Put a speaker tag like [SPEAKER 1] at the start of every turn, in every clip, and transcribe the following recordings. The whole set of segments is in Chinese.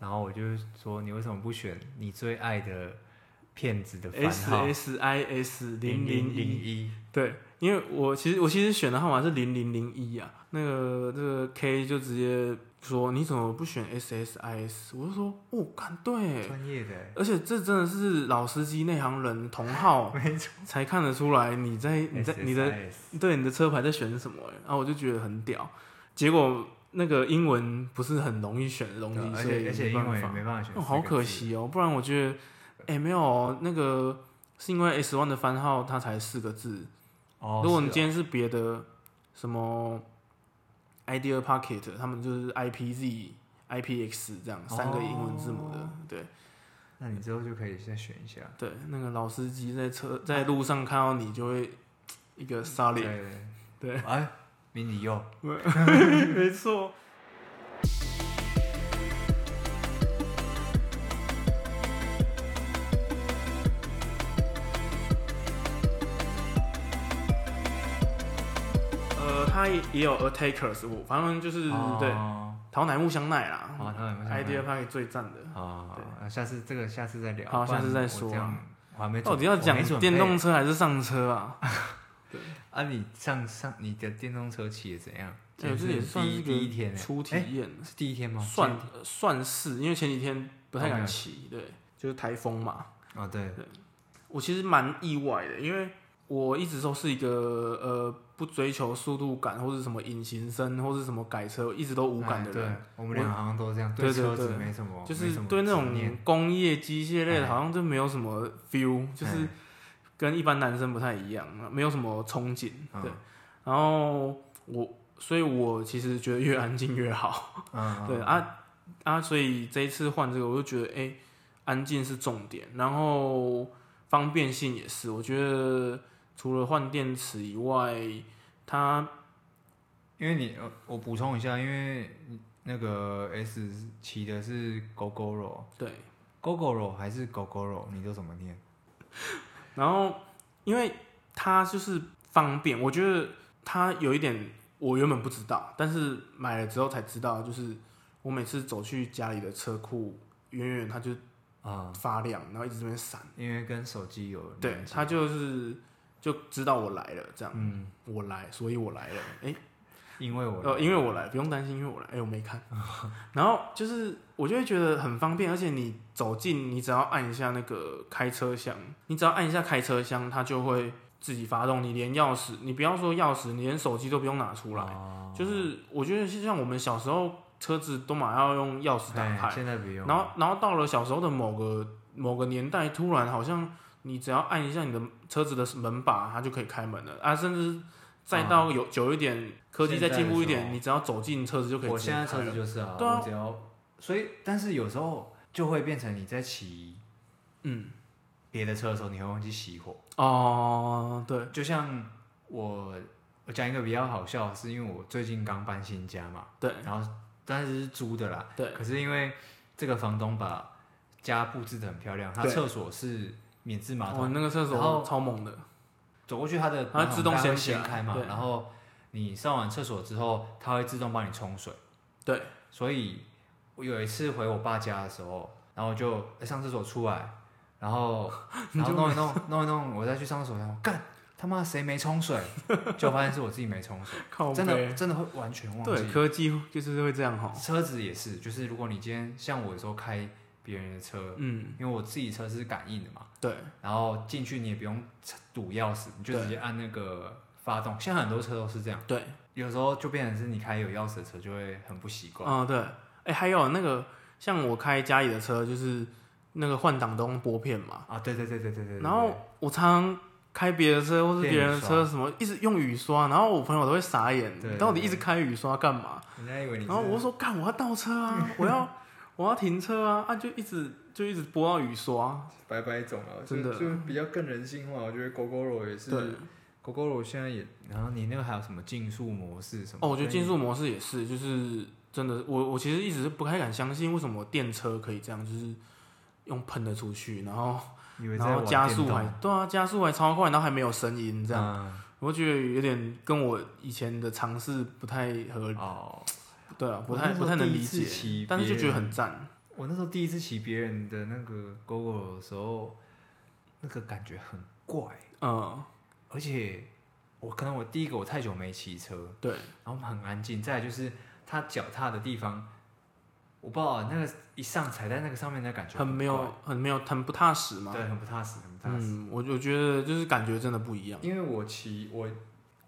[SPEAKER 1] 然后我就说你为什么不选你最爱的骗子的番
[SPEAKER 2] S
[SPEAKER 1] 号
[SPEAKER 2] S I S 零零
[SPEAKER 1] 零
[SPEAKER 2] 一。
[SPEAKER 1] 一？
[SPEAKER 2] 对，因为我其实我其实选的号码是零零零一啊，那个这个 K 就直接说你怎么不选 S S I S？我就说哦，看对，
[SPEAKER 1] 专业的，
[SPEAKER 2] 而且这真的是老司机内行人同 号
[SPEAKER 1] 没错。
[SPEAKER 2] 才看得出来你在你在你的
[SPEAKER 1] SSIS
[SPEAKER 2] 对你的车牌在选什么、欸，然后我就觉得很屌。结果那个英文不是很容易选的东
[SPEAKER 1] 对啊
[SPEAKER 2] 西，
[SPEAKER 1] 而
[SPEAKER 2] 所以
[SPEAKER 1] 且而且
[SPEAKER 2] 没
[SPEAKER 1] 英文
[SPEAKER 2] 办
[SPEAKER 1] 也
[SPEAKER 2] 法。
[SPEAKER 1] 没办法选四个
[SPEAKER 2] 哦，
[SPEAKER 1] 字，
[SPEAKER 2] 好可惜哦，不然我觉得，哎、没有哦那个是因为 S one 的番号它才四个字，
[SPEAKER 1] 哦。
[SPEAKER 2] 如果你
[SPEAKER 1] 是哦
[SPEAKER 2] 今天是别的什么 Idea Pocket，他们就是 IPZ、IPX 这样三个英文字母的，
[SPEAKER 1] 哦
[SPEAKER 2] 对
[SPEAKER 1] 那你之后就可以再选一下。
[SPEAKER 2] 对，那个老司机在车在路上看到你就会一个杀脸，
[SPEAKER 1] 对
[SPEAKER 2] 对，
[SPEAKER 1] 哎，迷你柚，
[SPEAKER 2] 没错。呃，他也也有 Attackers，我反正就是、对
[SPEAKER 1] 哦
[SPEAKER 2] 桃乃木香奈啦，
[SPEAKER 1] 好，他有没有
[SPEAKER 2] idea park 最赞的。
[SPEAKER 1] 好
[SPEAKER 2] 对，
[SPEAKER 1] 哦那下次这个下次再聊，
[SPEAKER 2] 好
[SPEAKER 1] 不然
[SPEAKER 2] 下次再
[SPEAKER 1] 我
[SPEAKER 2] 说啊
[SPEAKER 1] 这样我还没准
[SPEAKER 2] 到底要讲
[SPEAKER 1] 我没准备
[SPEAKER 2] 电动车还是上车啊？
[SPEAKER 1] 啊？你上上你的电动车骑的怎样？
[SPEAKER 2] 哎这
[SPEAKER 1] 今
[SPEAKER 2] 也
[SPEAKER 1] 天
[SPEAKER 2] 算
[SPEAKER 1] 第
[SPEAKER 2] 是
[SPEAKER 1] 一
[SPEAKER 2] 个
[SPEAKER 1] 第一天呢，
[SPEAKER 2] 初体
[SPEAKER 1] 哎
[SPEAKER 2] 验，
[SPEAKER 1] 是第一天吗？
[SPEAKER 2] 算
[SPEAKER 1] 今
[SPEAKER 2] 呃算是，因为前几天不
[SPEAKER 1] 哦
[SPEAKER 2] 太
[SPEAKER 1] 没
[SPEAKER 2] 敢
[SPEAKER 1] 有
[SPEAKER 2] 骑，对，就是台风嘛。
[SPEAKER 1] 天哦，对，
[SPEAKER 2] 我其实蛮意外的，因为我一直都是一个呃不追求速度感或是什么引擎声或是什么改车，一直都无感的
[SPEAKER 1] 哎对
[SPEAKER 2] 人，，
[SPEAKER 1] 我们俩好像都这样，
[SPEAKER 2] 对对
[SPEAKER 1] 车子
[SPEAKER 2] 对
[SPEAKER 1] 没什么，
[SPEAKER 2] 就是
[SPEAKER 1] 没什么
[SPEAKER 2] 对那种
[SPEAKER 1] 执念嗯
[SPEAKER 2] 工业机械类的，
[SPEAKER 1] 哎
[SPEAKER 2] 好像就没有什么 feel，就是
[SPEAKER 1] 哎
[SPEAKER 2] 跟一般男生不太一样，没有什么憧憬。
[SPEAKER 1] 嗯
[SPEAKER 2] 对，然后我，所以我其实觉得越安静越好。
[SPEAKER 1] 嗯，
[SPEAKER 2] 对啊啊，所以这一次换这个，我就觉得哎、安静是重点，然后方便性也是。我觉得除了换电池以外，它
[SPEAKER 1] 因为你呃我补充一下，因为那个 S 骑的是 GoGoRo。
[SPEAKER 2] 对，
[SPEAKER 1] Gogoro 还是 Gogoro，你都怎么念？
[SPEAKER 2] 然后因为它就是方便，我觉得它有一点我原本不知道，但是买了之后才知道，就是我每次走去家里的车库，远远它就
[SPEAKER 1] 啊、
[SPEAKER 2] 发亮，然后一直这边闪。
[SPEAKER 1] 因为跟手机有
[SPEAKER 2] 对
[SPEAKER 1] 连接
[SPEAKER 2] 他就是就知道我来了，这样，
[SPEAKER 1] 嗯，
[SPEAKER 2] 我来，所以我来了，哎、
[SPEAKER 1] 因为我
[SPEAKER 2] 呃，因为我来，不用担心，因为我来，哎、我没看，然后就是我就会觉得很方便，而且你走近，你只要按一下那个开车箱，你只要按一下开车箱，它就会自己发动，你连钥匙，你不要说钥匙，你连手机都不用拿出来，
[SPEAKER 1] 哦
[SPEAKER 2] 就是我觉得是像我们小时候车子都马要用钥匙打
[SPEAKER 1] 哎
[SPEAKER 2] 开，
[SPEAKER 1] 现在不用，
[SPEAKER 2] 然后，然后到了小时候的某个某个年代，突然好像你只要按一下你的车子的门把，它就可以开门了啊！甚至再到有、久一点，科技再进步一
[SPEAKER 1] 啊现在的时
[SPEAKER 2] 点，
[SPEAKER 1] 候
[SPEAKER 2] 你只要走进车子就可以
[SPEAKER 1] 我
[SPEAKER 2] 直接
[SPEAKER 1] 现
[SPEAKER 2] 开
[SPEAKER 1] 在
[SPEAKER 2] 了。
[SPEAKER 1] 车子就是啊，
[SPEAKER 2] 对啊
[SPEAKER 1] 我只要，所以但是有时候就会变成你在骑
[SPEAKER 2] 嗯
[SPEAKER 1] 别的车的时候，你会忘记熄火。
[SPEAKER 2] 哦，对，
[SPEAKER 1] 就像我，我讲一个比较好笑，的是因为我最近刚搬新家嘛，
[SPEAKER 2] 对
[SPEAKER 1] 然后但是是租的啦，
[SPEAKER 2] 对
[SPEAKER 1] 可是因为这个房东把家布置的很漂亮，他
[SPEAKER 2] 对
[SPEAKER 1] 厕所是免治马桶
[SPEAKER 2] 哦我。那个厕
[SPEAKER 1] 然后
[SPEAKER 2] 所超猛的，
[SPEAKER 1] 走过去它的
[SPEAKER 2] 它会自动
[SPEAKER 1] 先
[SPEAKER 2] 掀起来
[SPEAKER 1] 开嘛
[SPEAKER 2] 对，
[SPEAKER 1] 然后你上完厕所之后，它会自动帮你冲水。
[SPEAKER 2] 对，
[SPEAKER 1] 所以我有一次回我爸家的时候，然后我就、欸上厕所出来，然 后然后弄一弄 弄一弄，我再去上厕所，然后干他妈谁没冲 水，就发现是我自己没冲水，
[SPEAKER 2] 靠
[SPEAKER 1] 真
[SPEAKER 2] 背
[SPEAKER 1] 的真的会完全忘
[SPEAKER 2] 对
[SPEAKER 1] 记。
[SPEAKER 2] 科技就是会这样哈。
[SPEAKER 1] 车子也是，就是如果你今天像我有时候开别人的车，
[SPEAKER 2] 嗯，
[SPEAKER 1] 因为我自己车是感应的嘛。
[SPEAKER 2] 对
[SPEAKER 1] 然后进去你也不用堵钥匙，你就
[SPEAKER 2] 对
[SPEAKER 1] 直接按那个发动。现在很多车都是这样，
[SPEAKER 2] 对，
[SPEAKER 1] 有时候就变成是你开有钥匙的车就会很不习惯。
[SPEAKER 2] 嗯、对，哎、还有那个像我开家里的车，就是那个换挡都用拨片嘛，
[SPEAKER 1] 啊，对对对对对对对。
[SPEAKER 2] 然后我常常开别的车或是别人的车什么，一直用雨刷，然后我朋友都会傻眼，
[SPEAKER 1] 对
[SPEAKER 2] 你到底一直开雨刷干嘛？
[SPEAKER 1] 对人家以为你是，
[SPEAKER 2] 然后我就说干，我要倒 车啊，我要我要停车啊，啊就一直就一直播到雨刷，
[SPEAKER 1] 白白种啊，
[SPEAKER 2] 真的
[SPEAKER 1] 就就 比较更人性化。我觉得 GoGoRo 也
[SPEAKER 2] 对，
[SPEAKER 1] 是，GoGoRo 现在也，然后你那个还有什么竞速模式什么？
[SPEAKER 2] 哦，我觉得竞
[SPEAKER 1] 速
[SPEAKER 2] 速模式也是，就是真的，我我其实一直不太敢相信，为什么电车可以这样，就是用喷的出去，然后
[SPEAKER 1] 以为在
[SPEAKER 2] 然后
[SPEAKER 1] 玩
[SPEAKER 2] 加
[SPEAKER 1] 电
[SPEAKER 2] 速
[SPEAKER 1] 动啊
[SPEAKER 2] 还对啊，加速还超快，然后还没有声音这样。
[SPEAKER 1] 样
[SPEAKER 2] 我觉得有点跟我以前的尝试不太合，
[SPEAKER 1] 哦。
[SPEAKER 2] 对啊，不
[SPEAKER 1] 我
[SPEAKER 2] 太
[SPEAKER 1] 那时候
[SPEAKER 2] 不太能
[SPEAKER 1] 第一
[SPEAKER 2] 理
[SPEAKER 1] 次
[SPEAKER 2] 解
[SPEAKER 1] 骑，
[SPEAKER 2] 但是就
[SPEAKER 1] 别
[SPEAKER 2] 觉得
[SPEAKER 1] 人
[SPEAKER 2] 很赞。
[SPEAKER 1] 我那时候第一次骑别人的那个 GoGo 的时候，那个感觉很怪，
[SPEAKER 2] 嗯，
[SPEAKER 1] 而且我可能我第一个我太久没骑车，
[SPEAKER 2] 对，
[SPEAKER 1] 然后我们很安静，再来就是它脚踏的地方，我不知道那个一上踩在那个上面的感觉
[SPEAKER 2] 很没有
[SPEAKER 1] 怪，
[SPEAKER 2] 很没有，很不踏实嘛。
[SPEAKER 1] 对，很不踏实，很不踏实。
[SPEAKER 2] 嗯，我我觉得就是感觉真的不一样。
[SPEAKER 1] 因为我骑我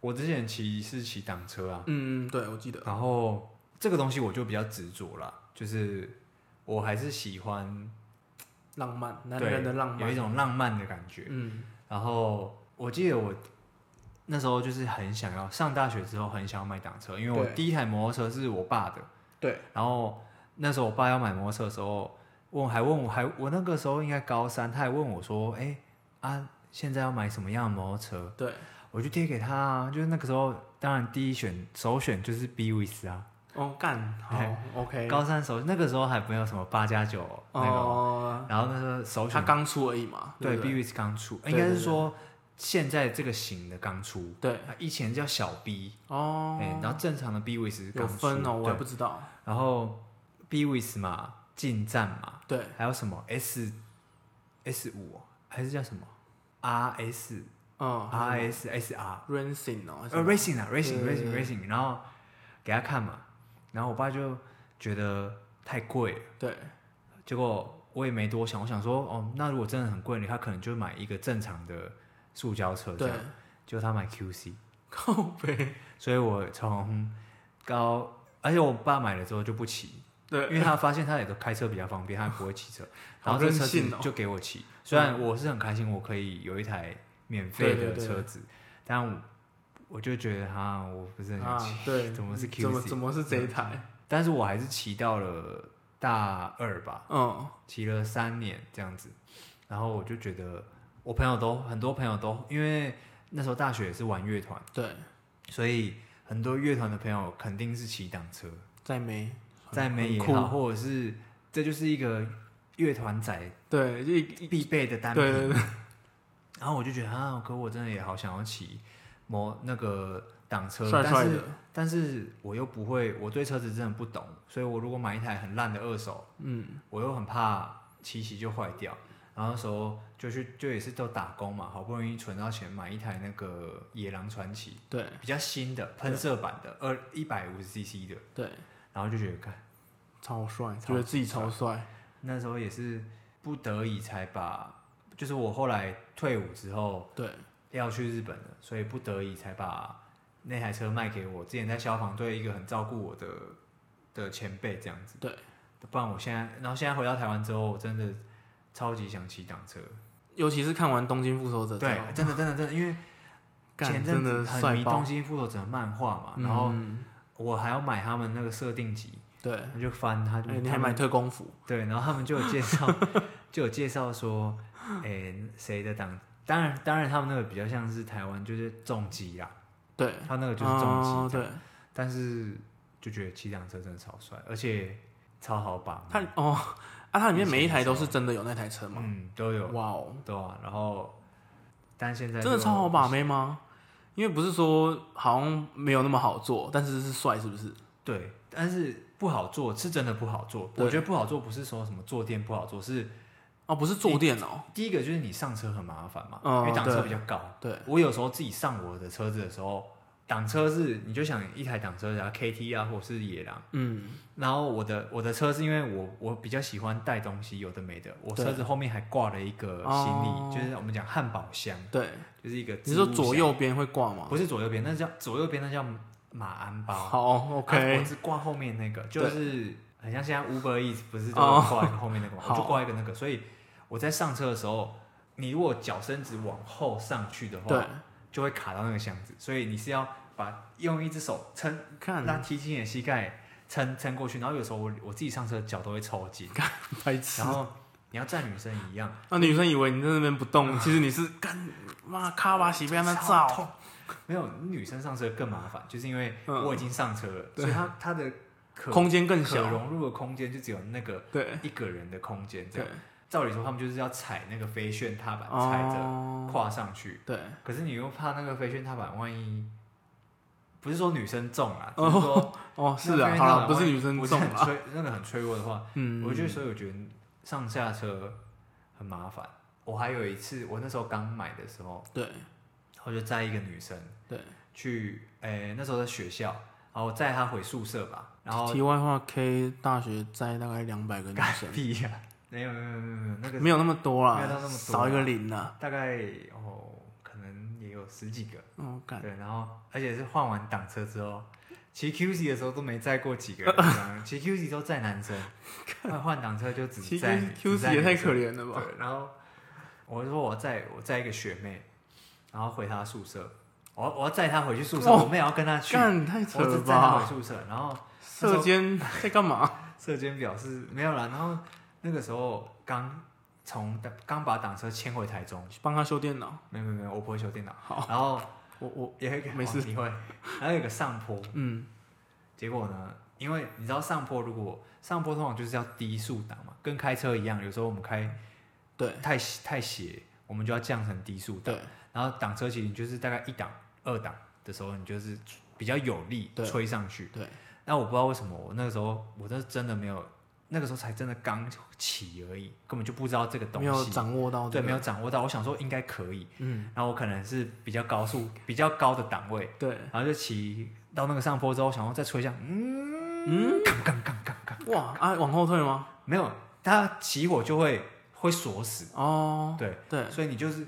[SPEAKER 1] 我之前骑是骑挡车啊，
[SPEAKER 2] 嗯，嗯对，我记得。
[SPEAKER 1] 然后这个东西我就比较执着啦，就是我还是喜欢
[SPEAKER 2] 浪漫，男
[SPEAKER 1] 对
[SPEAKER 2] 人的浪
[SPEAKER 1] 有一
[SPEAKER 2] 漫。
[SPEAKER 1] 种浪漫的感觉。
[SPEAKER 2] 嗯，
[SPEAKER 1] 然后我记得我那时候就是很想要上大学之后很想要买挡车，因为我
[SPEAKER 2] 对
[SPEAKER 1] 第一台摩托车是我爸的，
[SPEAKER 2] 对，
[SPEAKER 1] 然后那时候我爸要买摩托车的时候，问还问我还我那个时候应该高三，他还问我说，哎啊现在要买什么样的摩托车？
[SPEAKER 2] 对，
[SPEAKER 1] 我就贴给他啊，就是那个时候当然第一选首选就是 B w i s 啊，
[SPEAKER 2] 哦，干，好，OK。
[SPEAKER 1] 高三首那个时候还没有什么八加九那个哦，
[SPEAKER 2] 哦，
[SPEAKER 1] 然后那时候首
[SPEAKER 2] 他
[SPEAKER 1] 选
[SPEAKER 2] 刚出而已嘛。
[SPEAKER 1] 对
[SPEAKER 2] 不
[SPEAKER 1] B w i s 刚出，
[SPEAKER 2] 对
[SPEAKER 1] 应该
[SPEAKER 2] 对
[SPEAKER 1] 是
[SPEAKER 2] 对
[SPEAKER 1] 说现在这个型的刚出，啊
[SPEAKER 2] 对，
[SPEAKER 1] 以前叫小 B，
[SPEAKER 2] 哦，
[SPEAKER 1] 哎，然后正常的 B w i s
[SPEAKER 2] 有
[SPEAKER 1] 刚出，
[SPEAKER 2] 分哦，我还
[SPEAKER 1] 对
[SPEAKER 2] 不知道。
[SPEAKER 1] 然后 B w i s 嘛，进站嘛，
[SPEAKER 2] 对，
[SPEAKER 1] 还有什么 S S 五哦还是叫什么 R S
[SPEAKER 2] 嗯
[SPEAKER 1] R S S R
[SPEAKER 2] ，Racing 哦，还
[SPEAKER 1] 啊
[SPEAKER 2] 是
[SPEAKER 1] 呃 Racing 啊 Racing
[SPEAKER 2] 对
[SPEAKER 1] Racing
[SPEAKER 2] 对对
[SPEAKER 1] Racing，然后给他看嘛，然后我爸就觉得太贵了，
[SPEAKER 2] 对，
[SPEAKER 1] 结果我也没多想，我想说哦，那如果真的很贵，他可能就买一个正常的塑胶车这
[SPEAKER 2] 对
[SPEAKER 1] 样，，结果他买 Q C，
[SPEAKER 2] 靠背，
[SPEAKER 1] 所以我从高，而且我爸买了之后就不骑，因
[SPEAKER 2] 对，
[SPEAKER 1] 为他发现他也都开车比较方便，他也不会骑 车，然
[SPEAKER 2] 好
[SPEAKER 1] 后这
[SPEAKER 2] 任
[SPEAKER 1] 车
[SPEAKER 2] 性
[SPEAKER 1] 子
[SPEAKER 2] 哦。嗯
[SPEAKER 1] 就给我骑。虽然我是很开心，我可以有一台免费
[SPEAKER 2] 对
[SPEAKER 1] 的
[SPEAKER 2] 对对
[SPEAKER 1] 车子，但我我就觉得哈，我不是很
[SPEAKER 2] 啊
[SPEAKER 1] 想骑。，
[SPEAKER 2] 对，
[SPEAKER 1] 怎么是
[SPEAKER 2] 怎么
[SPEAKER 1] QC
[SPEAKER 2] 怎么是这一台？
[SPEAKER 1] 但是我还是骑到了大二吧，
[SPEAKER 2] 嗯，
[SPEAKER 1] 骑了三年这样子。然后我就觉得，我朋友都很多朋友都，因为那时候大学也是玩乐团，
[SPEAKER 2] 对，
[SPEAKER 1] 所以很多乐团的朋友肯定是骑挡车。
[SPEAKER 2] 在没，
[SPEAKER 1] 在美也
[SPEAKER 2] 很
[SPEAKER 1] 好，
[SPEAKER 2] 酷，
[SPEAKER 1] 或者是这就是一个乐团仔
[SPEAKER 2] 对，就一
[SPEAKER 1] 必备的单品。
[SPEAKER 2] 对对对
[SPEAKER 1] 然后我就觉得啊，可我真的也好想要骑摩那个挡车，
[SPEAKER 2] 帅帅
[SPEAKER 1] 但是
[SPEAKER 2] 的，
[SPEAKER 1] 但是我又不会，我对车子真的不懂，所以我如果买一台很烂的二手，
[SPEAKER 2] 嗯，
[SPEAKER 1] 我又很怕骑骑就坏掉。然后那时候就去就也是都打工嘛，好不容易存到钱买一台那个野狼传奇，
[SPEAKER 2] 对
[SPEAKER 1] 比较新的喷射版的二一百五十 CC 的，
[SPEAKER 2] 对，
[SPEAKER 1] 然后就觉得看。
[SPEAKER 2] 超帅，
[SPEAKER 1] 超
[SPEAKER 2] 觉得自己超帅，
[SPEAKER 1] 那时候也是不得已才把，就是我后来退伍之后
[SPEAKER 2] 对，
[SPEAKER 1] 要去日本了，所以不得已才把那台车卖给我之前在消防队一个很照顾我的的前辈这样子。
[SPEAKER 2] 对，
[SPEAKER 1] 不然我现在，然后现在回到台湾之后，我真的超级想骑挡车。
[SPEAKER 2] 尤其是看完《东京复仇者》之
[SPEAKER 1] 对
[SPEAKER 2] 后，，
[SPEAKER 1] 真的真的真的，因为前
[SPEAKER 2] 哦 干
[SPEAKER 1] 阵
[SPEAKER 2] 真
[SPEAKER 1] 子
[SPEAKER 2] 的
[SPEAKER 1] 很
[SPEAKER 2] 帅
[SPEAKER 1] 迷《东
[SPEAKER 2] 爆，
[SPEAKER 1] 京复仇者》漫画嘛，然后
[SPEAKER 2] 嗯
[SPEAKER 1] 我还要买他们那个设定集，
[SPEAKER 2] 对，
[SPEAKER 1] 我就翻他，就
[SPEAKER 2] 哎，你
[SPEAKER 1] 他
[SPEAKER 2] 还
[SPEAKER 1] 们
[SPEAKER 2] 买特工服，
[SPEAKER 1] 对，然后他们就有介 绍，就有介绍说，诶、谁的党？当然，当然，他们那个比较像是台湾，就是重机啦，
[SPEAKER 2] 对，
[SPEAKER 1] 他那个就是重机、
[SPEAKER 2] 哦对，
[SPEAKER 1] 但是就觉得骑辆车真的超帅，而且超好把
[SPEAKER 2] 它
[SPEAKER 1] 握，
[SPEAKER 2] 哦，啊，它里面每一台都是真的有那台车吗？
[SPEAKER 1] 嗯，都有，
[SPEAKER 2] 哇哦，
[SPEAKER 1] 对啊。然后，但现在
[SPEAKER 2] 真的
[SPEAKER 1] 就
[SPEAKER 2] 超好把，妹吗？因为不是说好像没有那么好做，但是是帅，是不是？
[SPEAKER 1] 对，但是不好做，是真的不好做。我
[SPEAKER 2] 对
[SPEAKER 1] 觉得不好做不是说什么坐垫不好做，是
[SPEAKER 2] 哦，不是坐垫哦，
[SPEAKER 1] 第一个就是你上车很麻烦嘛，
[SPEAKER 2] 哦
[SPEAKER 1] 因为挡车
[SPEAKER 2] 对
[SPEAKER 1] 比较高，
[SPEAKER 2] 对
[SPEAKER 1] 我有时候自己上我的车子的时候，挡车是你就想一台挡车，然后 KT 啊，或是野狼。
[SPEAKER 2] 嗯，
[SPEAKER 1] 然后我的我的车是因为我我比较喜欢带东西，有的没的。我车子后面还挂了一个行李，
[SPEAKER 2] 哦
[SPEAKER 1] 就是我们讲汉堡箱，
[SPEAKER 2] 对，
[SPEAKER 1] 就是一个
[SPEAKER 2] 你
[SPEAKER 1] 置
[SPEAKER 2] 是
[SPEAKER 1] 物
[SPEAKER 2] 说
[SPEAKER 1] 箱。
[SPEAKER 2] 左右边会挂吗？
[SPEAKER 1] 不是左右边，那叫左右边那叫马鞍包。
[SPEAKER 2] 好
[SPEAKER 1] 啊
[SPEAKER 2] ，OK，
[SPEAKER 1] 我是挂后面那个，就是很像现在 Uber Eats 不是都
[SPEAKER 2] 哦
[SPEAKER 1] 有挂 一个后面那个吗？我就
[SPEAKER 2] 好
[SPEAKER 1] 挂一个那个，所以我在上车的时候，你如果脚伸直往后上去的话，
[SPEAKER 2] 对，
[SPEAKER 1] 就会卡到那个箱子，所以你是要把用一只手撑，
[SPEAKER 2] 看
[SPEAKER 1] 让提起你的膝盖撑撑过去，然后有时候我我自己上车脚都会抽筋，
[SPEAKER 2] 白痴
[SPEAKER 1] 然，后你要站女生一样，
[SPEAKER 2] 那女生以为你在那边不动，其 实你是干妈卡巴西被他们
[SPEAKER 1] 超
[SPEAKER 2] 照，
[SPEAKER 1] 痛，没有女生上车更麻烦，就是因为
[SPEAKER 2] 嗯
[SPEAKER 1] 我已经上车了，
[SPEAKER 2] 对
[SPEAKER 1] 所以她她的可
[SPEAKER 2] 空间更
[SPEAKER 1] 可
[SPEAKER 2] 小，
[SPEAKER 1] 融入的空间就只有那个
[SPEAKER 2] 对
[SPEAKER 1] 一个人的空间这
[SPEAKER 2] 对
[SPEAKER 1] 样，，照理说他们就是要踩那个飞旋踏板，踩着
[SPEAKER 2] 哦，
[SPEAKER 1] 跨上去，
[SPEAKER 2] 对，
[SPEAKER 1] 可是你又怕那个飞旋踏板万一不是说女生重啊，只是说那
[SPEAKER 2] 哦，是啊，
[SPEAKER 1] 边
[SPEAKER 2] 好
[SPEAKER 1] 那
[SPEAKER 2] 了，
[SPEAKER 1] 种
[SPEAKER 2] 不是女生啊
[SPEAKER 1] 我
[SPEAKER 2] 重
[SPEAKER 1] 很
[SPEAKER 2] 了，
[SPEAKER 1] 脆，那个很脆弱的话，
[SPEAKER 2] 嗯，
[SPEAKER 1] 我就所以我觉得上下车很麻烦。我还有一次，我那时候刚买的时候，
[SPEAKER 2] 对
[SPEAKER 1] 我就载一个女生
[SPEAKER 2] 对。
[SPEAKER 1] 去，诶、那时候在学校，然后我载她回宿舍吧，然后
[SPEAKER 2] 题外话，K 大学摘大概两百个女生，
[SPEAKER 1] 屁呀、没有没有没有没有没有那个
[SPEAKER 2] 没有那么多啦
[SPEAKER 1] 没有到那，么多啊
[SPEAKER 2] 少一个零啊啦。
[SPEAKER 1] 大概哦，可能也有十几个，
[SPEAKER 2] 哦，干，
[SPEAKER 1] 对，然后而且是换完挡车之后，骑 QC 的时候都没载过几个人这样，骑 QC 都载男生，换换挡车就只
[SPEAKER 2] 其实
[SPEAKER 1] 载
[SPEAKER 2] Q
[SPEAKER 1] 只载
[SPEAKER 2] C 也太
[SPEAKER 1] 女生
[SPEAKER 2] 可怜了吧？
[SPEAKER 1] 对，然后我就说我载我载一个学妹，然后回她宿舍，我要我要载她回去宿舍，
[SPEAKER 2] 哇
[SPEAKER 1] 我们也要跟她去，
[SPEAKER 2] 哦干，太扯
[SPEAKER 1] 我只
[SPEAKER 2] 了
[SPEAKER 1] 载她回
[SPEAKER 2] 吧？
[SPEAKER 1] 宿舍，然后那时
[SPEAKER 2] 射
[SPEAKER 1] 候
[SPEAKER 2] 箭在干嘛？
[SPEAKER 1] 社监表示没有啦，然后那个时候刚从刚把挡车牵回台中，
[SPEAKER 2] 帮他修电脑。
[SPEAKER 1] 没有没有没有，我不会修电脑，
[SPEAKER 2] 好，
[SPEAKER 1] 然后
[SPEAKER 2] 我我
[SPEAKER 1] 也会给
[SPEAKER 2] 没事
[SPEAKER 1] 哦你会，然后有个上坡，
[SPEAKER 2] 嗯，
[SPEAKER 1] 结果呢，因为你知道上坡如果上坡通常就是要低速档嘛，跟开车一样，有时候我们开
[SPEAKER 2] 对
[SPEAKER 1] 太斜太斜，我们就要降成低速档。
[SPEAKER 2] 对
[SPEAKER 1] 然后挡车其实你就是大概一档、二档的时候，你就是比较有力
[SPEAKER 2] 对
[SPEAKER 1] 吹上去。
[SPEAKER 2] 对，
[SPEAKER 1] 那我不知道为什么，我那个时候我这真的没有，那个时候才真的刚起而已，根本就不知道这个东
[SPEAKER 2] 没有
[SPEAKER 1] 西，
[SPEAKER 2] 掌握到
[SPEAKER 1] 对，
[SPEAKER 2] 这
[SPEAKER 1] 没有
[SPEAKER 2] 个，
[SPEAKER 1] 掌握到。我想说应该可以，
[SPEAKER 2] 嗯，
[SPEAKER 1] 然后我可能是比较高速、比较高的档位，
[SPEAKER 2] 对，
[SPEAKER 1] 然后就骑到那个上坡之后，想要再吹一下，
[SPEAKER 2] 嗯，哇啊，往后退吗？
[SPEAKER 1] 没有，它起火就会会锁死，
[SPEAKER 2] 哦，
[SPEAKER 1] 对，
[SPEAKER 2] 对
[SPEAKER 1] 所以你就是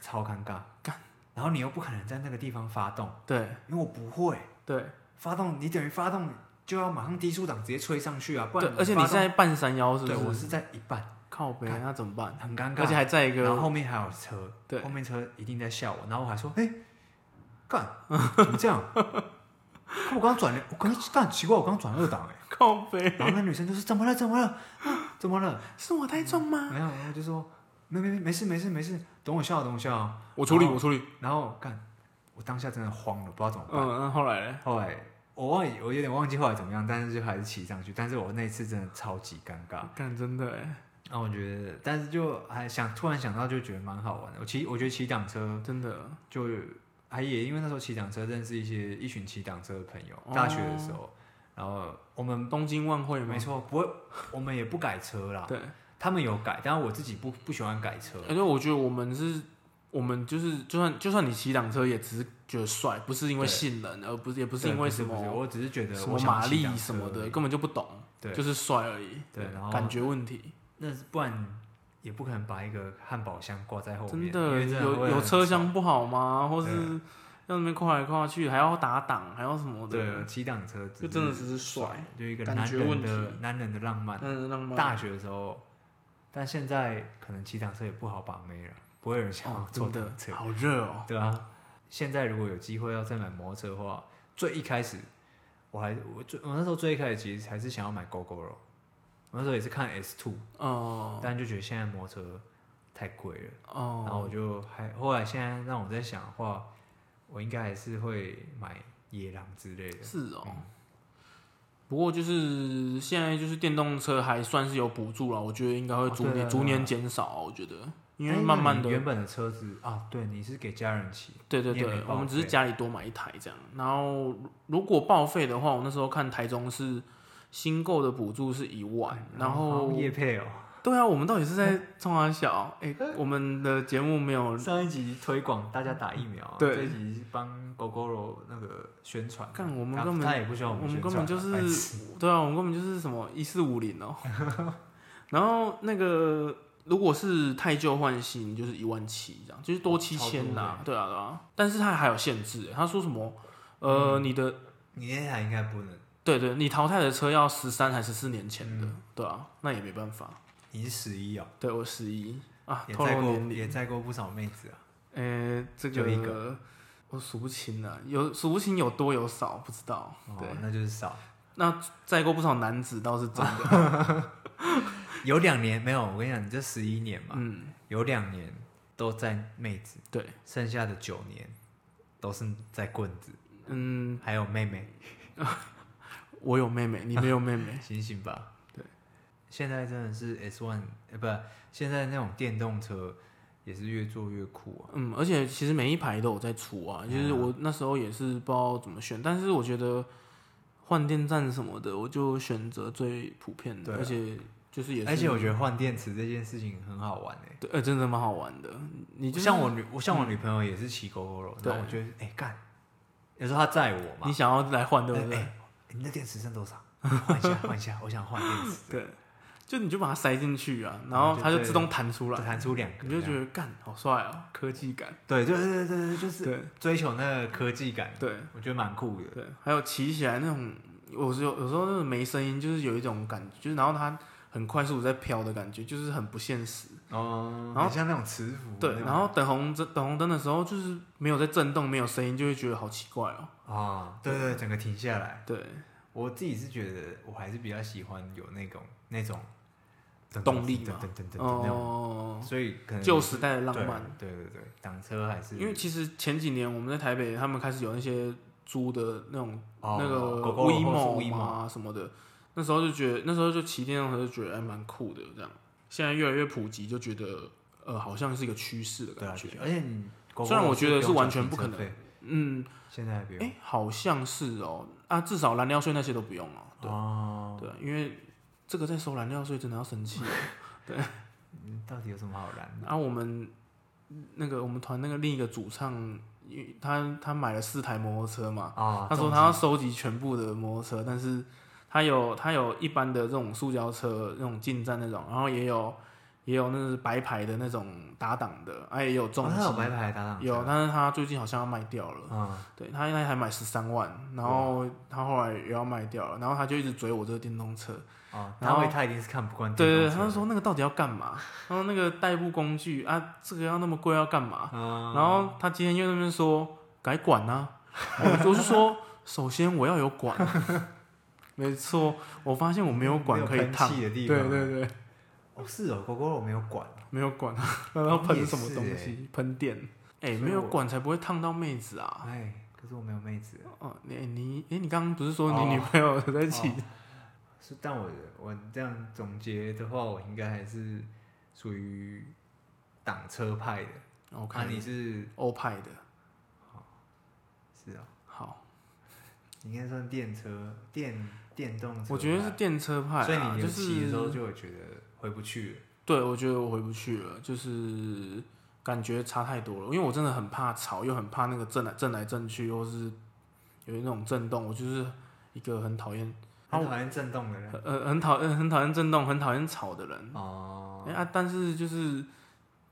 [SPEAKER 1] 超尴尬，干，然后你又不可能在那个地方发动，
[SPEAKER 2] 对
[SPEAKER 1] 因为我不会
[SPEAKER 2] 对
[SPEAKER 1] 发动，你等于发动就要马上低速档直接吹上去啊，不
[SPEAKER 2] 对
[SPEAKER 1] 然，
[SPEAKER 2] 而且你
[SPEAKER 1] 发
[SPEAKER 2] 现
[SPEAKER 1] 动
[SPEAKER 2] 在半山腰是
[SPEAKER 1] 对
[SPEAKER 2] 不
[SPEAKER 1] 我
[SPEAKER 2] 是？
[SPEAKER 1] 是在一半，
[SPEAKER 2] 靠北，那怎么办？
[SPEAKER 1] 很尴
[SPEAKER 2] 而且
[SPEAKER 1] 尬，
[SPEAKER 2] 还在一
[SPEAKER 1] 然后
[SPEAKER 2] 个
[SPEAKER 1] 后面还有车，
[SPEAKER 2] 对嗯
[SPEAKER 1] 后面车一定在笑我，然后我还说，哎、干，怎么这样？我刚刚转了，我刚干奇怪，我刚刚转二档哎、
[SPEAKER 2] 靠北，
[SPEAKER 1] 然后那女生就是怎么了？怎么了？啊怎么了？
[SPEAKER 2] 是我太重吗？
[SPEAKER 1] 没有，然后就说没没没事没事没事，等我笑等我笑。
[SPEAKER 2] 我处理，
[SPEAKER 1] 然后
[SPEAKER 2] 我处理。
[SPEAKER 1] 然后干，我当下真的慌了，不知道怎么
[SPEAKER 2] 嗯，
[SPEAKER 1] 办。
[SPEAKER 2] 那后来嘞？
[SPEAKER 1] 后来我忘我有点忘记后来怎么样，但是就还是骑上去。但是我那一次真的超级尴尬。
[SPEAKER 2] 干，真的哎，
[SPEAKER 1] 然后我觉得，但是就还想突然想到，就觉得蛮好玩的。我骑我觉得骑挡车
[SPEAKER 2] 真的，
[SPEAKER 1] 就还也因为那时候骑挡车认识一些一群骑挡车的朋友，
[SPEAKER 2] 哦
[SPEAKER 1] 大学的时候，然后我们
[SPEAKER 2] 东京万会吗
[SPEAKER 1] 嗯没？错不会，我们也不改车啦。
[SPEAKER 2] 对，
[SPEAKER 1] 他们有改，但是我自己不不喜欢改车。
[SPEAKER 2] 而且我觉得我们是，我们就是，就算就算你骑挡车，也只是觉得帅，不是因为
[SPEAKER 1] 对
[SPEAKER 2] 性能，而不是也不
[SPEAKER 1] 不
[SPEAKER 2] 是因为什
[SPEAKER 1] 不是
[SPEAKER 2] 么
[SPEAKER 1] 我只是觉得
[SPEAKER 2] 什
[SPEAKER 1] 我
[SPEAKER 2] 么
[SPEAKER 1] 想
[SPEAKER 2] 马
[SPEAKER 1] 骑
[SPEAKER 2] 力
[SPEAKER 1] 单
[SPEAKER 2] 什么
[SPEAKER 1] 车而
[SPEAKER 2] 的，
[SPEAKER 1] 已
[SPEAKER 2] 根本就不懂，
[SPEAKER 1] 对
[SPEAKER 2] 就是帅而已，
[SPEAKER 1] 对然后
[SPEAKER 2] 感觉问题，
[SPEAKER 1] 那是不然也不可能把一个汉堡箱挂在后
[SPEAKER 2] 真
[SPEAKER 1] 面，
[SPEAKER 2] 的
[SPEAKER 1] 因为会
[SPEAKER 2] 有
[SPEAKER 1] 很
[SPEAKER 2] 有车厢不好吗？或
[SPEAKER 1] 对
[SPEAKER 2] 是要那边跨来跨去，还要打挡，还要什么
[SPEAKER 1] 对
[SPEAKER 2] 的，
[SPEAKER 1] 骑挡车只，
[SPEAKER 2] 就是真的只是帅，
[SPEAKER 1] 就一个
[SPEAKER 2] 感
[SPEAKER 1] 男
[SPEAKER 2] 觉
[SPEAKER 1] 人
[SPEAKER 2] 问
[SPEAKER 1] 的
[SPEAKER 2] 题
[SPEAKER 1] 男人的浪漫。
[SPEAKER 2] 嗯，浪漫。
[SPEAKER 1] 大学的时候，但现在可能骑挡车也不好把妹了，不会有人想要
[SPEAKER 2] 哦，
[SPEAKER 1] 坐
[SPEAKER 2] 真
[SPEAKER 1] 挡
[SPEAKER 2] 的
[SPEAKER 1] 车，
[SPEAKER 2] 好热哦，
[SPEAKER 1] 对啊。现在如果有机会要再买摩托车的话，最一开始我还我最我那时候最一开始其实还是想要买 GoGo 了，我那时候也是看 S Two，
[SPEAKER 2] 哦
[SPEAKER 1] 但就觉得现在摩托车太贵了。然后
[SPEAKER 2] 哦，
[SPEAKER 1] 我就还后来现在让我在想的话，我应该还是会买野狼之类的。
[SPEAKER 2] 是哦。
[SPEAKER 1] 嗯
[SPEAKER 2] 不过就是现在就是电动车还算是有补助了，我觉得应该会
[SPEAKER 1] 哦
[SPEAKER 2] 逐
[SPEAKER 1] 对
[SPEAKER 2] 年、
[SPEAKER 1] 对
[SPEAKER 2] 逐
[SPEAKER 1] 对
[SPEAKER 2] 年
[SPEAKER 1] 对
[SPEAKER 2] 减少啊，我觉得，因
[SPEAKER 1] 哎
[SPEAKER 2] 为
[SPEAKER 1] 那
[SPEAKER 2] 慢慢
[SPEAKER 1] 你
[SPEAKER 2] 的
[SPEAKER 1] 原本的车子啊，对，你是给家人骑，
[SPEAKER 2] 对对
[SPEAKER 1] 你也没
[SPEAKER 2] 对，我
[SPEAKER 1] 报
[SPEAKER 2] 们只是
[SPEAKER 1] 废
[SPEAKER 2] 家里多买一台这样。然后如如果报废的话，我那时候看台中是新购的补助是一万，
[SPEAKER 1] 嗯
[SPEAKER 2] 然后
[SPEAKER 1] 叶配哦，
[SPEAKER 2] 对啊，我们到底是在冲 啊小？哎、我们的节目没有
[SPEAKER 1] 上一集推广大家打疫苗 啊，
[SPEAKER 2] 对
[SPEAKER 1] 这一集是帮狗狗肉那个宣传啊，
[SPEAKER 2] 干我们
[SPEAKER 1] 他
[SPEAKER 2] 根本
[SPEAKER 1] 他也不需要
[SPEAKER 2] 我
[SPEAKER 1] 们宣
[SPEAKER 2] 根
[SPEAKER 1] 传啊，
[SPEAKER 2] 本就
[SPEAKER 1] 白痴
[SPEAKER 2] 是，对啊，我们根本就是什么一四五 零哦。然后那个如果是太旧换新，就是一万七这样，就是多
[SPEAKER 1] 哦
[SPEAKER 2] 七
[SPEAKER 1] 超
[SPEAKER 2] 千
[SPEAKER 1] 多
[SPEAKER 2] 啦。对啊，对啊。但是它还有限制，他说什么？呃，
[SPEAKER 1] 嗯
[SPEAKER 2] 你的
[SPEAKER 1] 你那台应该不能，
[SPEAKER 2] 对对，你淘汰的车要十三还是四年前的
[SPEAKER 1] 嗯？
[SPEAKER 2] 对啊，那也没办法。
[SPEAKER 1] 你是十一哦，
[SPEAKER 2] 对我十一啊，
[SPEAKER 1] 也
[SPEAKER 2] 透
[SPEAKER 1] 载
[SPEAKER 2] 露
[SPEAKER 1] 过
[SPEAKER 2] 年龄
[SPEAKER 1] 也。载过不少妹子啊，
[SPEAKER 2] 呃，这
[SPEAKER 1] 就一
[SPEAKER 2] 个我数不清了，有数不清有多有少，不知道。对
[SPEAKER 1] 哦，，那就是少，
[SPEAKER 2] 那载过不少男子倒是真的。
[SPEAKER 1] 有两年没有，我跟你讲，你这十一年嘛，
[SPEAKER 2] 嗯，
[SPEAKER 1] 有两年都在妹子，
[SPEAKER 2] 对，
[SPEAKER 1] 剩下的九年都是在棍子，
[SPEAKER 2] 嗯，
[SPEAKER 1] 还有妹妹，。
[SPEAKER 2] 我有妹妹，你没有妹妹
[SPEAKER 1] 醒醒吧。
[SPEAKER 2] 对，
[SPEAKER 1] 现在真的是 S one，呃，不，现在那种电动车也是越做越酷啊。
[SPEAKER 2] 嗯，而且其实每一排都有在出啊，就是我那时候也是不知道怎么选，但是我觉得换电站什么的，我就选择最普遍的，
[SPEAKER 1] 对啊
[SPEAKER 2] 而且就是也是，
[SPEAKER 1] 而且我觉得换电池这件事情很好玩诶、
[SPEAKER 2] 对，呃，真的蛮好玩的。你就是嗯
[SPEAKER 1] 像我女，我像我女朋友也是骑 GoGo
[SPEAKER 2] 对
[SPEAKER 1] 然后我觉得哎干、有时候她载我嘛
[SPEAKER 2] 你，想要来换，对不
[SPEAKER 1] 哎
[SPEAKER 2] 对？
[SPEAKER 1] 哎你的电池剩多少？换一下，换一下，我想换电池，
[SPEAKER 2] 对，就你就把它塞进去啊，然后它就自动弹 出
[SPEAKER 1] 就
[SPEAKER 2] 来，
[SPEAKER 1] 弹出两个
[SPEAKER 2] 你
[SPEAKER 1] 这
[SPEAKER 2] 就
[SPEAKER 1] 样，
[SPEAKER 2] 觉得干好帅啊，科技感。
[SPEAKER 1] 对对对对对，就是
[SPEAKER 2] 对
[SPEAKER 1] 追求那个科技感，
[SPEAKER 2] 对
[SPEAKER 1] 我觉得蛮酷的。
[SPEAKER 2] 对，还有骑起来那种，有时候有时候那种没声音，就是有一种感觉，就是然后它很快速地在飘的感觉，就是很不现实。
[SPEAKER 1] 哦，
[SPEAKER 2] 然后
[SPEAKER 1] 很像那种磁浮那
[SPEAKER 2] 对，
[SPEAKER 1] 种，
[SPEAKER 2] 然后等红灯等红灯的时候，就是没有在震动，没有声音，就会觉得好奇怪哦。
[SPEAKER 1] 啊，对对，整个停下来。
[SPEAKER 2] 对，
[SPEAKER 1] 我自己是觉得我还是比较喜欢有那种那种
[SPEAKER 2] 动力嘛
[SPEAKER 1] 等等等等那种，
[SPEAKER 2] 哦，
[SPEAKER 1] 所以可能
[SPEAKER 2] 旧时代的浪漫。
[SPEAKER 1] 对，对对对，挡车还是
[SPEAKER 2] 因为其实前几年我们在台北，他们开始有那些租的那种
[SPEAKER 1] 哦
[SPEAKER 2] 那个
[SPEAKER 1] 狗狗
[SPEAKER 2] WeMo
[SPEAKER 1] 或是 WeMo
[SPEAKER 2] 嘛什么的，那时候就觉得那时候就骑电动车就觉得还哎蛮酷的这样。现在越来越普及，就觉得呃好像是一个趋势的
[SPEAKER 1] 对啊
[SPEAKER 2] 感觉。，
[SPEAKER 1] 而且你狗狗
[SPEAKER 2] 虽然我觉得
[SPEAKER 1] 是
[SPEAKER 2] 是
[SPEAKER 1] 用
[SPEAKER 2] 完
[SPEAKER 1] 缴
[SPEAKER 2] 全不
[SPEAKER 1] 停
[SPEAKER 2] 可
[SPEAKER 1] 车
[SPEAKER 2] 能
[SPEAKER 1] 费，
[SPEAKER 2] 嗯，
[SPEAKER 1] 现在还不
[SPEAKER 2] 哎、
[SPEAKER 1] 用
[SPEAKER 2] 好像是哦啊，至少燃料税那些都不用了。啊对、
[SPEAKER 1] 哦，
[SPEAKER 2] 对，啊因为这个在收燃料税真的要 生气
[SPEAKER 1] 嗯到底有什么好燃的？
[SPEAKER 2] 啊！我们那个我们团那个另一个主唱，因为他他买了四台摩托车嘛，
[SPEAKER 1] 啊，
[SPEAKER 2] 他说
[SPEAKER 1] 重
[SPEAKER 2] 他要收集全部的摩托车，但是他有他有一般的这种塑胶车，那种进站那种，然后也有也有那是白牌的那种打档的，啊也有
[SPEAKER 1] 击
[SPEAKER 2] 重
[SPEAKER 1] 哦
[SPEAKER 2] 机，
[SPEAKER 1] 他有白牌搭档车，
[SPEAKER 2] 有，但是他最近好像要卖掉了。
[SPEAKER 1] 啊，
[SPEAKER 2] 对他那还买十三万，然后他后来也要卖掉了，然后他就一直追我这个电动车，
[SPEAKER 1] 哦，
[SPEAKER 2] 然
[SPEAKER 1] 他
[SPEAKER 2] 后
[SPEAKER 1] 会他一定是看不惯
[SPEAKER 2] 对
[SPEAKER 1] 电
[SPEAKER 2] 对对，
[SPEAKER 1] 动车的，
[SPEAKER 2] 他就说那个到底要干嘛？他说那个代步工具啊，这个要那么贵要干嘛？
[SPEAKER 1] 嗯，
[SPEAKER 2] 啊然后他今天又在那边说改管啊，我我是说，首先我要有管，啊 没错，我发现我没有管可以烫，
[SPEAKER 1] 没有喷气的
[SPEAKER 2] 对
[SPEAKER 1] 地方
[SPEAKER 2] 对对，
[SPEAKER 1] 哦是哦，狗狗我没有管，
[SPEAKER 2] 没有管，啊然后喷什么东
[SPEAKER 1] 也是
[SPEAKER 2] 西？喷电，
[SPEAKER 1] 所
[SPEAKER 2] 哎、
[SPEAKER 1] 以
[SPEAKER 2] 没有
[SPEAKER 1] 我
[SPEAKER 2] 管才不会烫到妹子啊。
[SPEAKER 1] 哎，可是我没有妹子。
[SPEAKER 2] 哦，你你哎、你刚刚不是说你
[SPEAKER 1] 哦
[SPEAKER 2] 女朋友在骑
[SPEAKER 1] 哦是，但我我这样总结的话，我应该还是属于挡车派的。
[SPEAKER 2] 我
[SPEAKER 1] 看、
[SPEAKER 2] 看
[SPEAKER 1] 哦啊你是
[SPEAKER 2] 欧派的，
[SPEAKER 1] 是啊、
[SPEAKER 2] 好，
[SPEAKER 1] 你应该算电车电电动车派，
[SPEAKER 2] 我觉得是电车派、啊，
[SPEAKER 1] 所以你有
[SPEAKER 2] 就
[SPEAKER 1] 骑的时候
[SPEAKER 2] 是
[SPEAKER 1] 就会觉得回不去了。
[SPEAKER 2] 对，我觉得我回不去了，就是感觉差太多了，因为我真的很怕吵，又很怕那个震来震来震去，或是有那种震动，我就是一个很讨厌，啊
[SPEAKER 1] 很讨厌震动的人
[SPEAKER 2] 很呃很讨很讨厌震动，很讨厌吵的人。
[SPEAKER 1] 哦
[SPEAKER 2] 哎、啊，但是就是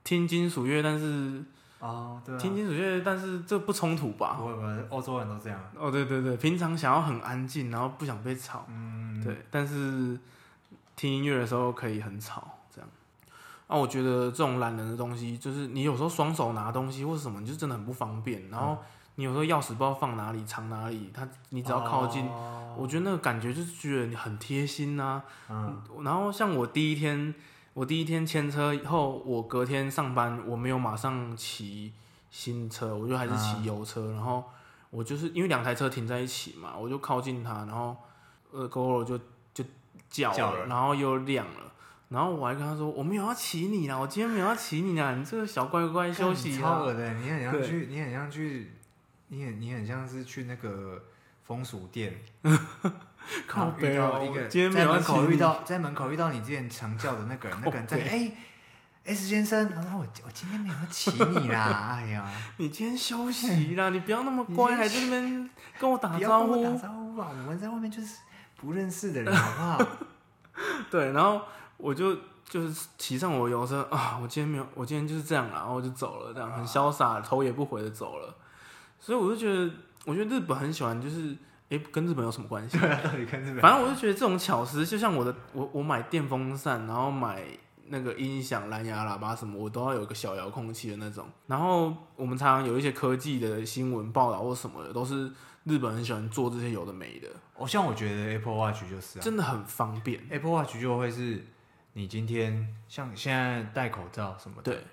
[SPEAKER 2] 听金属乐，但是、
[SPEAKER 1] 哦，对啊，啊
[SPEAKER 2] 听金属乐，但是这不冲突吧？
[SPEAKER 1] 不会不会，欧洲人都这样。
[SPEAKER 2] 哦，对对对，平常想要很安静，然后不想被吵，
[SPEAKER 1] 嗯，
[SPEAKER 2] 对，但是听音乐的时候可以很吵，这样。啊，我觉得这种懒人的东西，就是你有时候双手拿东西或是什么，你就真的很不方便。
[SPEAKER 1] 嗯
[SPEAKER 2] 然后你有时候钥匙不知道放哪里，藏哪里，它你只要靠近，
[SPEAKER 1] 哦
[SPEAKER 2] 我觉得那个感觉就是觉得你很贴心啊呐、
[SPEAKER 1] 嗯，
[SPEAKER 2] 然后像我第一天，我第一天牵车以后，我隔天上班我没有马上骑新车，我就还是
[SPEAKER 1] 啊
[SPEAKER 2] 骑油车。然后我就是因为两台车停在一起嘛，我就靠近它，然后呃 g o 就就叫了，
[SPEAKER 1] 叫了
[SPEAKER 2] 然后又亮了。然后我还跟他说，我没有要骑你啦，我今天没有要骑你啦，你这个小乖乖休
[SPEAKER 1] 干
[SPEAKER 2] 息
[SPEAKER 1] 你
[SPEAKER 2] 啦
[SPEAKER 1] 超。恶的，你很像
[SPEAKER 2] 对
[SPEAKER 1] 去，你很像去，你很你很像是去那个风俗 店，
[SPEAKER 2] 靠
[SPEAKER 1] 然后遇
[SPEAKER 2] 背
[SPEAKER 1] 到
[SPEAKER 2] 哦，
[SPEAKER 1] 一个
[SPEAKER 2] 我今天没
[SPEAKER 1] 在
[SPEAKER 2] 有要
[SPEAKER 1] 门
[SPEAKER 2] 骑
[SPEAKER 1] 口遇
[SPEAKER 2] 你。
[SPEAKER 1] 到在门口遇到你之前常叫的那个人，那个人在
[SPEAKER 2] 靠
[SPEAKER 1] 哎。S 先生，然后我我今天没有要骑你 啦，哎呀，
[SPEAKER 2] 你今天休 息啦，你不要那么乖，还在那边跟我打
[SPEAKER 1] 不要跟
[SPEAKER 2] 招呼
[SPEAKER 1] 我。打招呼吧，啊我们在外面就是不认识的人，好 不好？
[SPEAKER 2] 对，然后我就就是骑上我的油车啊，我今天没有，我今天就是这样啦，然后我就走了，这样很潇洒，头也不回的走了。所以我就觉得，我觉得日本很喜欢，就是诶，跟日本有什么关系？
[SPEAKER 1] 对啊，到底跟日本人？
[SPEAKER 2] 反正我就觉得这种巧思，就像我的，我我买电风扇，然后买那个音响、蓝牙喇叭什么，我都要有一个小遥控器的那种。然后我们常常有一些科技的新闻报道或什么的，都是日本很喜欢做这些有的没的，
[SPEAKER 1] 我哦像我觉得 Apple Watch 就是啊
[SPEAKER 2] 真的很方便。
[SPEAKER 1] ，Apple Watch 就会是你今天像现在戴口罩什么的，
[SPEAKER 2] 对，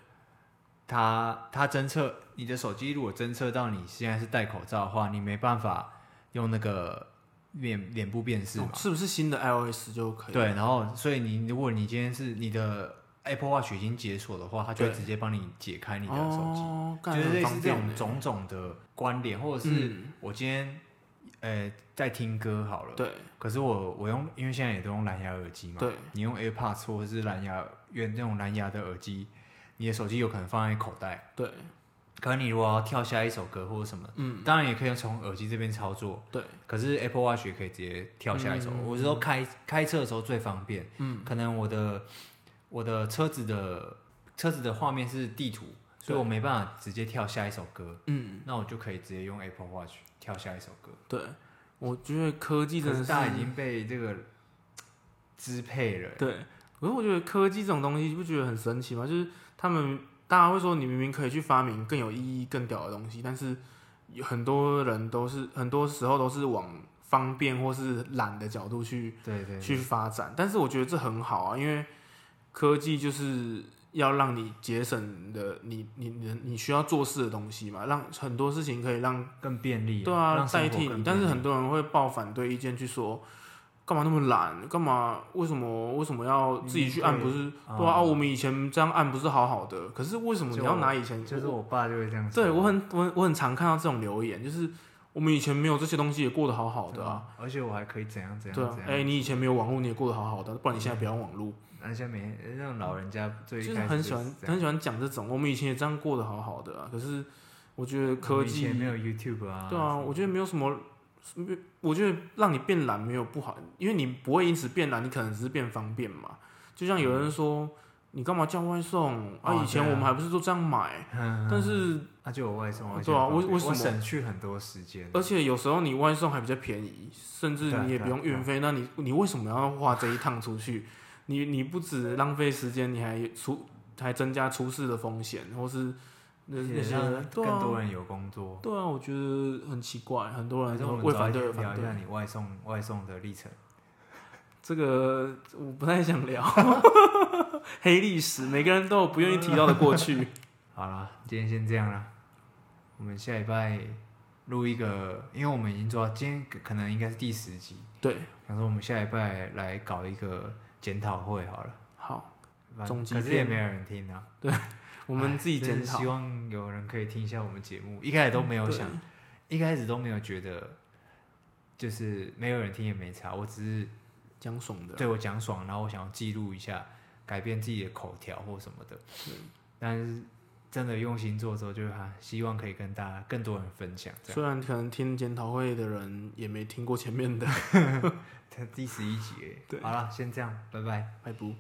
[SPEAKER 1] 它它侦测你的手机，如果侦测到你现在是戴口罩的话，你没办法用那个脸脸部辨识嘛
[SPEAKER 2] 哦。是不是新的 iOS 就可以？
[SPEAKER 1] 对，然后所以你如果你今天是你的 Apple Watch 已经解锁的话，它就会
[SPEAKER 2] 对
[SPEAKER 1] 直接帮你解开你的手机。
[SPEAKER 2] 哦，干
[SPEAKER 1] 就是类
[SPEAKER 2] 很
[SPEAKER 1] 似这
[SPEAKER 2] 方便
[SPEAKER 1] 种
[SPEAKER 2] 呢
[SPEAKER 1] 种种的观点，或者是
[SPEAKER 2] 嗯
[SPEAKER 1] 我今天呃在听歌好了，
[SPEAKER 2] 对
[SPEAKER 1] 可是我我用因为现在也都用蓝牙耳机嘛，
[SPEAKER 2] 对
[SPEAKER 1] 你用 AirPods 或者是蓝牙用那种蓝牙的耳机，你的手机有可能放在口袋，
[SPEAKER 2] 对
[SPEAKER 1] 可能你如果要跳下一首歌或者什么，
[SPEAKER 2] 嗯
[SPEAKER 1] 当然也可以从耳机这边操作，
[SPEAKER 2] 对
[SPEAKER 1] 可是 Apple Watch 也可以直接跳下一首。
[SPEAKER 2] 嗯
[SPEAKER 1] 我是说开开车的时候最方便，
[SPEAKER 2] 嗯
[SPEAKER 1] 可能我的我的车子的车子的画面是地图，所以我没办法直接跳下一首歌。
[SPEAKER 2] 嗯
[SPEAKER 1] 那我就可以直接用 Apple Watch 跳下一首歌。
[SPEAKER 2] 对，我觉得科技真
[SPEAKER 1] 可
[SPEAKER 2] 的
[SPEAKER 1] 是
[SPEAKER 2] 是
[SPEAKER 1] 大家已经被这个支配了，
[SPEAKER 2] 对，可是我觉得科技这种东西，你不觉得很神奇吗？就是他们大家会说，你明明可以去发明更有意义、更屌的东西，但是有很多人都是很多时候都是往方便或是懒的角度去
[SPEAKER 1] 对对
[SPEAKER 2] 去
[SPEAKER 1] 对，
[SPEAKER 2] 发展。但是我觉得这很好啊，因为科技就是要让你节省你的你你你你需要做事的东西嘛，让很多事情可以让
[SPEAKER 1] 更便利了，
[SPEAKER 2] 对啊
[SPEAKER 1] 让生活
[SPEAKER 2] 代替
[SPEAKER 1] 更
[SPEAKER 2] 你。但是
[SPEAKER 1] 便利
[SPEAKER 2] 很多人会抱反对意见去说。干嘛那么懒？干嘛？为什么？为什么要自己去按？
[SPEAKER 1] 嗯
[SPEAKER 2] 不
[SPEAKER 1] 对
[SPEAKER 2] 是
[SPEAKER 1] 啊
[SPEAKER 2] 对啊啊！我们以前这样按不是好好的，可是为什么你
[SPEAKER 1] 就
[SPEAKER 2] 要拿以前？
[SPEAKER 1] 就是我爸就会这样啊说，
[SPEAKER 2] 对我很我很我很常看到这种留言，就是我们以前没有这些东西也过得好好
[SPEAKER 1] 对
[SPEAKER 2] 的啊。，
[SPEAKER 1] 而且我还可以怎样怎
[SPEAKER 2] 对
[SPEAKER 1] 样
[SPEAKER 2] 啊
[SPEAKER 1] 怎，样。
[SPEAKER 2] 哎、你以前没有网络，你也过得好好的，不然你现在不要网络，
[SPEAKER 1] 那些每那种老人家最一
[SPEAKER 2] 就是
[SPEAKER 1] 开始
[SPEAKER 2] 很
[SPEAKER 1] 就
[SPEAKER 2] 喜欢
[SPEAKER 1] 是这样
[SPEAKER 2] 很喜欢讲这种。我们以前也这样过得好好的啊，可是我觉得
[SPEAKER 1] 我
[SPEAKER 2] 科
[SPEAKER 1] 们以前
[SPEAKER 2] 技
[SPEAKER 1] 没，有 YouTube 啊，
[SPEAKER 2] 对啊， 我觉得没有什么，我觉得让你变懒没有不好，因为你不会因此变懒，你可能只是变方便嘛。就像有人说，你干嘛叫外送啊？
[SPEAKER 1] 啊
[SPEAKER 2] 以前
[SPEAKER 1] 嗯对啊
[SPEAKER 2] 我们还不是都这样买，
[SPEAKER 1] 嗯，
[SPEAKER 2] 但是
[SPEAKER 1] 那就有外送，而且
[SPEAKER 2] 对啊
[SPEAKER 1] 很方
[SPEAKER 2] 为
[SPEAKER 1] 便
[SPEAKER 2] 为什
[SPEAKER 1] 我
[SPEAKER 2] 么
[SPEAKER 1] 省去很多时间？
[SPEAKER 2] 而且有时候你外送还比较便宜，甚至
[SPEAKER 1] 对啊
[SPEAKER 2] 你也
[SPEAKER 1] 对啊
[SPEAKER 2] 不用
[SPEAKER 1] 对啊
[SPEAKER 2] 运费，那你你为什么要花这一趟出去？你你不止浪费时间，你还出还增加出事的风险，或是那
[SPEAKER 1] 也
[SPEAKER 2] 那些
[SPEAKER 1] 让
[SPEAKER 2] 对
[SPEAKER 1] 更多
[SPEAKER 2] 啊
[SPEAKER 1] 人有工作。
[SPEAKER 2] 对啊，我觉得很奇怪，很多
[SPEAKER 1] 还
[SPEAKER 2] 人
[SPEAKER 1] 是
[SPEAKER 2] 都
[SPEAKER 1] 我们
[SPEAKER 2] 为
[SPEAKER 1] 早
[SPEAKER 2] 反
[SPEAKER 1] 一
[SPEAKER 2] 对而
[SPEAKER 1] 天
[SPEAKER 2] 反
[SPEAKER 1] 聊一
[SPEAKER 2] 对
[SPEAKER 1] 下。你外送外送的历程。
[SPEAKER 2] 这个我不太想聊， 黑历史，每个人都有不愿意提到的过 去。
[SPEAKER 1] 好啦，今天先这样啦。我们下礼拜录一个，因为我们已经做到今天可可能应该是第十集，
[SPEAKER 2] 对，
[SPEAKER 1] 想说我们下礼拜来搞一个检讨会好了。
[SPEAKER 2] 好，
[SPEAKER 1] 反
[SPEAKER 2] 总集
[SPEAKER 1] 可是也
[SPEAKER 2] 篇
[SPEAKER 1] 没有人听啊，
[SPEAKER 2] 我们
[SPEAKER 1] 唉
[SPEAKER 2] 自己
[SPEAKER 1] 真
[SPEAKER 2] 检
[SPEAKER 1] 是
[SPEAKER 2] 讨
[SPEAKER 1] 希。望有人可以听一下我们节目。一开始都没有
[SPEAKER 2] 嗯对
[SPEAKER 1] 想，一开始都没有觉得，就是没有人听也没差，我只是
[SPEAKER 2] 讲爽的，
[SPEAKER 1] 对我讲爽，然后我想要记录一下，改变自己的口条或什么的。但是真的用心做之后，就是哈，希望可以跟大家更多人分享。这样，
[SPEAKER 2] 虽然可能听检讨会的人也没听过前面的，
[SPEAKER 1] 这第十一集耶，
[SPEAKER 2] 对
[SPEAKER 1] 好了，先这样，拜拜。
[SPEAKER 2] 拜不。